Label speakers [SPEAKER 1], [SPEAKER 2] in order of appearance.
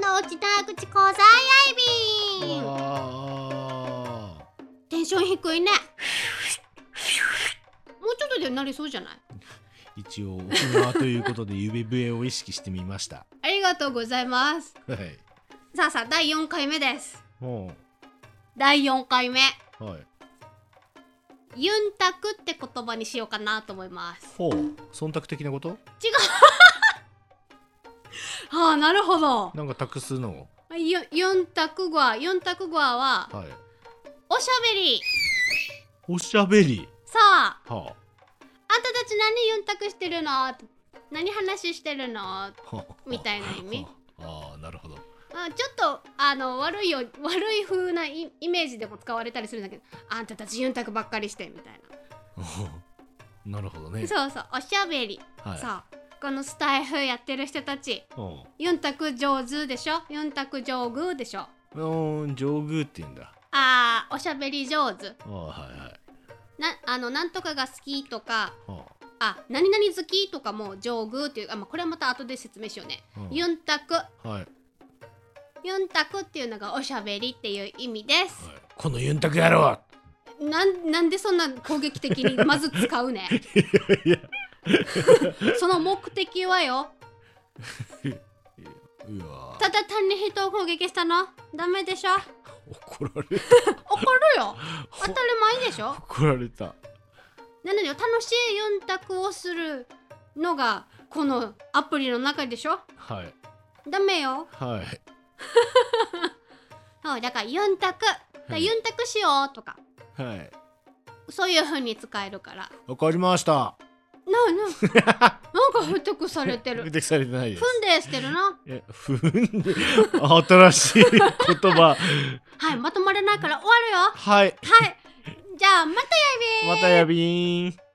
[SPEAKER 1] のうち田口交際愛便
[SPEAKER 2] あ
[SPEAKER 1] テンション低 いねもうちょっとでなりそうじゃない
[SPEAKER 2] ー一応沖縄ということで指笛を意識してみました。
[SPEAKER 1] ありがとうございます
[SPEAKER 2] はい。
[SPEAKER 1] さあさあ第4回目です
[SPEAKER 2] も
[SPEAKER 1] 第4回目
[SPEAKER 2] うはい。
[SPEAKER 1] ユンタクって言葉にしようかなと思います
[SPEAKER 2] ほう忖度的なこと？
[SPEAKER 1] ああなるほど
[SPEAKER 2] なんか託すの。
[SPEAKER 1] ユンユンタク語はユンタク語は
[SPEAKER 2] はい。
[SPEAKER 1] おしゃべり
[SPEAKER 2] おしゃべり。
[SPEAKER 1] さあ
[SPEAKER 2] は
[SPEAKER 1] あんたたち何ユンタクしてるの何話してるの
[SPEAKER 2] あ。はあ
[SPEAKER 1] みたいな意味。
[SPEAKER 2] はああーなるほど。
[SPEAKER 1] あちょっとあの悪いよ悪い風なイイメージでも使われたりするんだけどあんたたちユンタクばっかりしてみたい
[SPEAKER 2] なるほど
[SPEAKER 1] な
[SPEAKER 2] ね。
[SPEAKER 1] そうそうおしゃべり、
[SPEAKER 2] はい。
[SPEAKER 1] さあこのスタイフやってる人たち
[SPEAKER 2] うん。
[SPEAKER 1] ユンタク上手でしょユンタク上宮でしょ
[SPEAKER 2] うーん上宮って言うんだ。
[SPEAKER 1] あーおしゃべり上手
[SPEAKER 2] あーはいはい。
[SPEAKER 1] なあのなんとかが好きとか
[SPEAKER 2] は
[SPEAKER 1] あ何々好きとかも上宮っていうあ、まあ、これはまた後で説明しようね、
[SPEAKER 2] あ。うん
[SPEAKER 1] ユンタク
[SPEAKER 2] はいはい。
[SPEAKER 1] ユンタクっていうのがおしゃべりっていう意味です、
[SPEAKER 2] このユンタク野郎。
[SPEAKER 1] なんなんでそんな攻撃的にまず使うね
[SPEAKER 2] いや
[SPEAKER 1] その目的はよ
[SPEAKER 2] うわ
[SPEAKER 1] ただ単に人を攻撃したのダメでしょ
[SPEAKER 2] 怒られ
[SPEAKER 1] 怒るよ当たり前でしょ
[SPEAKER 2] 怒られた。
[SPEAKER 1] なので楽しいユンタクをするのがこのアプリの中でしょ
[SPEAKER 2] はい
[SPEAKER 1] ダメよ
[SPEAKER 2] はい。
[SPEAKER 1] そうだからユンタクだから
[SPEAKER 2] うん
[SPEAKER 1] ユンタクしようとか
[SPEAKER 2] はい。
[SPEAKER 1] そういう風に使えるからな
[SPEAKER 2] わかりました。
[SPEAKER 1] あなあ なんか不得されてる
[SPEAKER 2] 不適されてないで
[SPEAKER 1] 踏
[SPEAKER 2] す。
[SPEAKER 1] んでしてるな
[SPEAKER 2] え、ふんで、新しい言葉。
[SPEAKER 1] はいまとまれないから終わるよ
[SPEAKER 2] は
[SPEAKER 1] は
[SPEAKER 2] い。
[SPEAKER 1] いじゃあまたやびー
[SPEAKER 2] またやびーん。